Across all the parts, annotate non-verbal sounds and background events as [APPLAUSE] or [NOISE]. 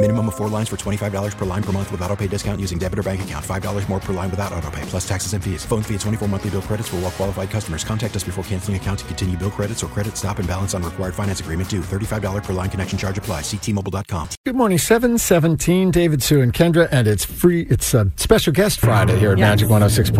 Minimum of four lines for $25 per line per month with auto pay discount using debit or bank account. $5 more per line without auto pay, plus taxes and fees. Phone fee at 24 monthly bill credits for all well qualified customers. Contact us before canceling account to continue bill credits or credit stop and balance on required finance agreement due. $35 per line connection charge apply. Ctmobile.com. Good morning, 717. David, Sue, and Kendra. And it's free. It's a special guest Friday here at yes. Magic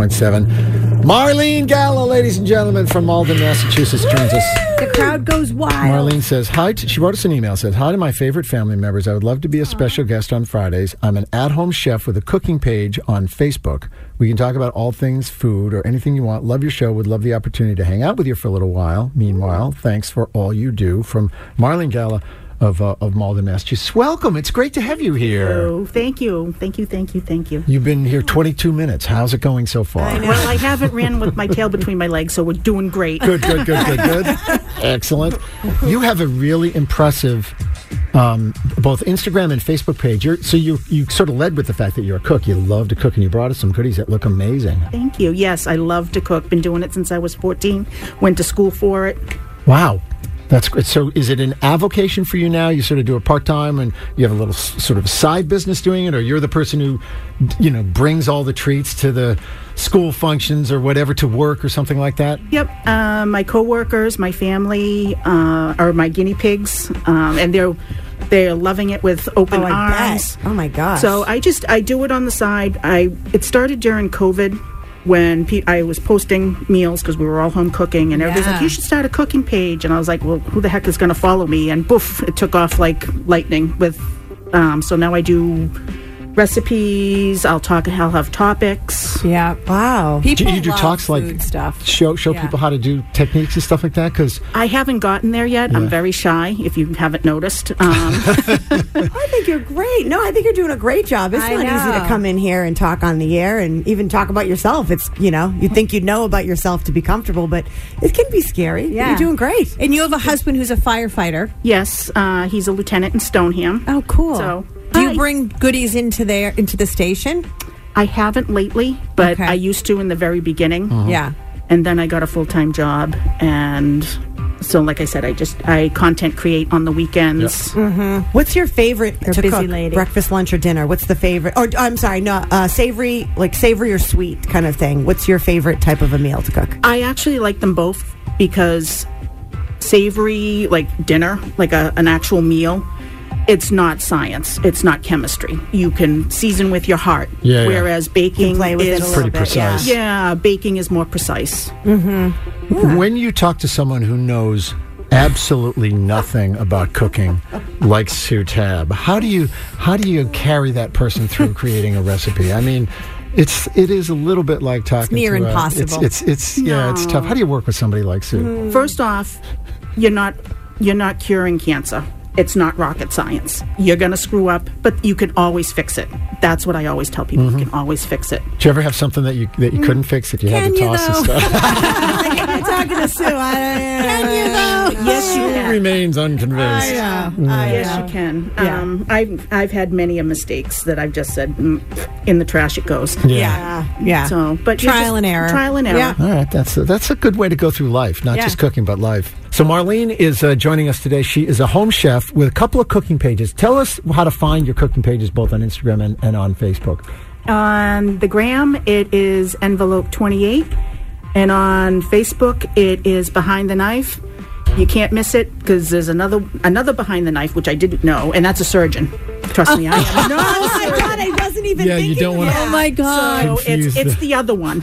106.7. Marlene Gallo, ladies and gentlemen, from Malden, Massachusetts, joins us. The crowd goes wild. Marlene says, Hi. To, she wrote us an email, says, Hi to my favorite family members. I would love to be a special guest on Fridays. I'm an at home chef with a cooking page on Facebook. We can talk about all things food or anything you want. Love your show. Would love the opportunity to hang out with you for a little while. Meanwhile, thanks for all you do from Marlene Gala of, uh, of Malden, Massachusetts. Welcome. It's great to have you here. Oh, thank you. Thank you. Thank you. Thank you. You've been here 22 minutes. How's it going so far? I well, I haven't ran with my tail between my legs, so we're doing great. Good, good, good, good, good. Excellent. You have a really impressive um, both Instagram and Facebook page. You're, so you you sort of led with the fact that you're a cook. You love to cook, and you brought us some goodies that look amazing. Thank you. Yes, I love to cook. Been doing it since I was 14. Went to school for it. Wow. That's great. So, is it an avocation for you now? You sort of do it part time, and you have a little s- sort of side business doing it, or you're the person who, you know, brings all the treats to the school functions or whatever to work or something like that. Yep, uh, my coworkers, my family uh, are my guinea pigs, um, and they're they're loving it with open oh, arms. Bet. Oh my gosh! So I just I do it on the side. I it started during COVID when Pete, I was posting meals because we were all home cooking, and everybody's yeah. like, "You should start a cooking page." And I was like, "Well, who the heck is going to follow me?" And boof, it took off like lightning. With um, so now I do recipes. I'll talk. I'll have topics. Yeah. Wow. People do you do talks like stuff. Show show yeah. people how to do techniques and stuff like that. Because I haven't gotten there yet. Yeah. I'm very shy. If you haven't noticed. Um. I think you're great. No, I think you're doing a great job. It's I not know. easy to come in here and talk on the air and even talk about yourself. It's you know you think you know about yourself to be comfortable, but it can be scary. Yeah. You're doing great. And you have a husband who's a firefighter. Yes, uh, he's a lieutenant in Stoneham. Oh, cool. So do you bring goodies into there into the station? I haven't lately, but okay. I used to in the very beginning. Uh-huh. Yeah. And then I got a full-time job and so like I said, I just I content create on the weekends. Yep. Mm-hmm. What's your favorite You're to cook? Lady. Breakfast, lunch, or dinner? What's the favorite? Or I'm sorry, no, uh, savory, like savory or sweet kind of thing. What's your favorite type of a meal to cook? I actually like them both because savory, like dinner, like a, an actual meal, it's not science. It's not chemistry. You can season with your heart. Yeah, Whereas yeah. baking is pretty bit, precise. Yeah. yeah. baking is more precise. Mm-hmm. Yeah. When you talk to someone who knows absolutely nothing about cooking, like Sue Tab, how do you how do you carry that person through creating a recipe? I mean. It's it is a little bit like talking. It's near to impossible. A, it's, it's, it's yeah, no. it's tough. How do you work with somebody like Sue? Mm. First off, you're not you're not curing cancer. It's not rocket science. You're going to screw up, but you can always fix it. That's what I always tell people. Mm-hmm. You can always fix it. Do you ever have something that you that you mm. couldn't fix that you can had to you toss though? and stuff? I'm talking to [LAUGHS] Sue. I, can [LAUGHS] you though? Yes, you can. remains unconvinced. I, uh, mm. I, uh, yes, you can. Yeah. Um, I've I've had many a mistakes that I've just said mm, in the trash it goes. Yeah, yeah. yeah. So, but trial and error. Trial and error. Yeah. All right, that's a, that's a good way to go through life, not yeah. just cooking, but life. So Marlene is uh, joining us today. She is a home chef with a couple of cooking pages. Tell us how to find your cooking pages both on Instagram and, and on Facebook. On the gram, it is envelope 28. And on Facebook, it is behind the knife. You can't miss it because there's another another behind the knife, which I didn't know, and that's a surgeon. Trust me, I [LAUGHS] am not oh my God, I wasn't even yeah, you don't want that. Oh, my God. [LAUGHS] So it's, it's the other one.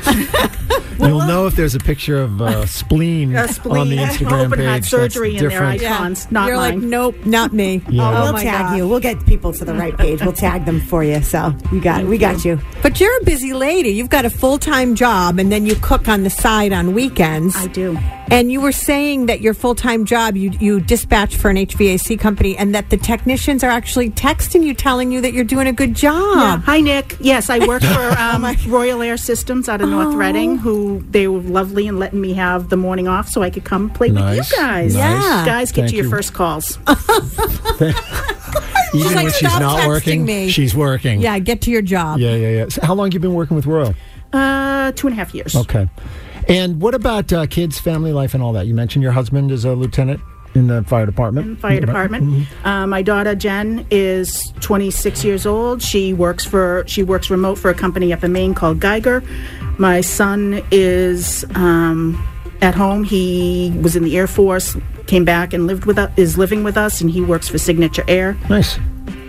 You'll know if there's a picture of uh, spleen, A spleen, [LAUGHS] on the Instagram open page. heart that's surgery in their different. icon. Cons, not You're like, mine. nope, not [LAUGHS] me. Yeah. we'll Oh, my tag God. you. We'll get people to the right page. We'll tag them for you. So you got it. We got you. But you're a busy lady. You've got a full time job, and then you cook on the side on weekends. I do. And you were saying that your full time job, you you dispatch for an HVAC company, and that the technicians are actually texting you, telling you that you're doing a good Yeah. Um, job. Hi, Nick. Yes, I [LAUGHS] work for um, Royal Air Systems out of Oh. North Reading, who they were lovely in letting me have the morning off so I could come play Nice, with you guys. nice. Yeah. Guys, get Thank to your you. Uh. first calls. Even like, when she's "Stop not texting working, me." she's working. Yeah, get to your job. yeah, yeah, yeah. So how long you been working with Royal? Uh, two and a half years. Okay. And what about uh, kids, family life, and all that? You mentioned your husband is a lieutenant in the fire department. Fire department. Mm-hmm. Uh, my daughter Jen is 26 years old. She works for she works remote for a company up in Maine called Geiger. My son is um, at home. He was in the Air Force, came back and lived with us, is living with us, and he works for Signature Air. Nice.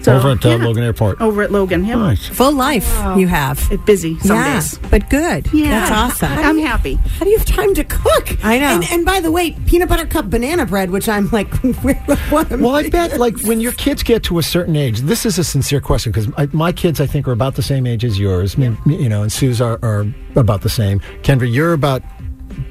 So, Over at uh, yeah. Logan Airport. Over at Logan. Yep. Nice. Full life you have. It's busy some yeah, days. but good. Yeah. that's awesome. I'm happy. How do you have time to cook? I know. And, and by the way, peanut butter cup banana bread, which I'm [LAUGHS] like, where, what am Well, I bet like when your kids get to a certain age, this is a sincere question because my kids, I think, are about the same age as yours. Me- me- You know, and Sue's are, are about the same. Kendra, you're about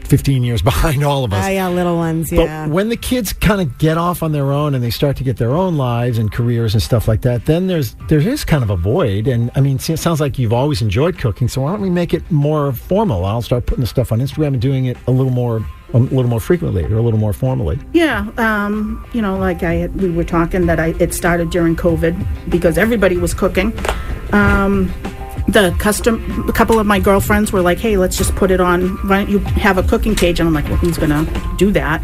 15 years [LAUGHS] behind all of us. Oh, yeah, little ones. But Yeah. when the kids kind of get off on their own and they start to get their own lives and careers and stuff like that, then there's there is kind of a void. And I mean, see, it sounds like you've always enjoyed cooking, so why don't we make it more formal? I'll start putting the stuff on Instagram and doing it a little more a little more frequently or a little more formally. Yeah, um, you know, like I we were talking that I it started during COVID because everybody was cooking. Um, the custom, a couple of my girlfriends were like, "Hey, let's just put it on. Why don't you have a cooking page?" And I'm like, "Well, who's gonna do that?"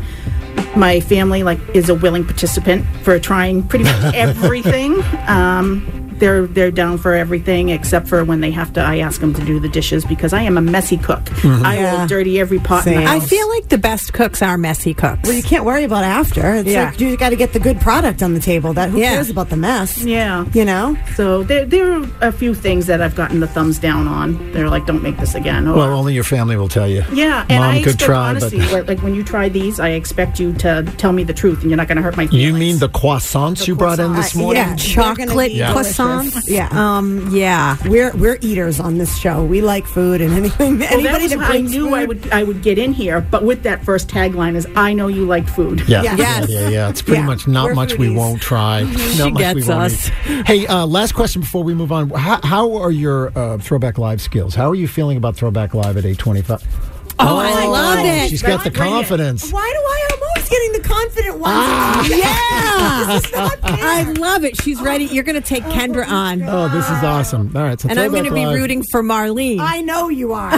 My family like is a willing participant for trying [LAUGHS] pretty much everything. um, they're they're down for everything except for when they have to. I ask them to do the dishes because I am a messy cook. I Yeah. will dirty every pot. In the Same. Mm-hmm. I house. feel like the best cooks are messy cooks. well, you can't worry about after. It's Yeah. like you got to get the good product on the table. That who Yeah. cares about the mess? Yeah. You know. So there, there are a few things that I've gotten the thumbs down on. They're like, don't make this again. Or, Well, only your family will tell you. yeah, and Mom I could expect try, honesty. but like, like when you try these, I expect you to tell me the truth, and you're not going to hurt my feelings. you mean the croissants you brought in this croissant, morning? yeah. They're gonna chocolate be Yeah. delicious. croissants. Yeah. um, yeah. We're we're eaters on this show. We like food and anything. Well, that anybody was that how I brings knew food, I would I would get in here, but with that first tagline is I know you liked food. Yeah, Yeah. yeah, Yes. yeah, yeah. It's pretty Yeah. much not We're much we foodies. won't try. Not much we Mm-hmm. gets won't us. eat. Hey, uh, last question before we move on. How, how are your uh, Throwback Live skills? How are you feeling about Throwback Live at 825? Oh, I love it. She's got the Bring it. confidence. Why do I? I'm always getting the confident ones. Ah. [LAUGHS] Yeah. This is [LAUGHS] not fair. I love it. She's ready. You're going to take Kendra on. Oh, this is awesome. All right. So and I'm going to be Throwback Live. rooting for Marlene. I know you are.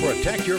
Protect your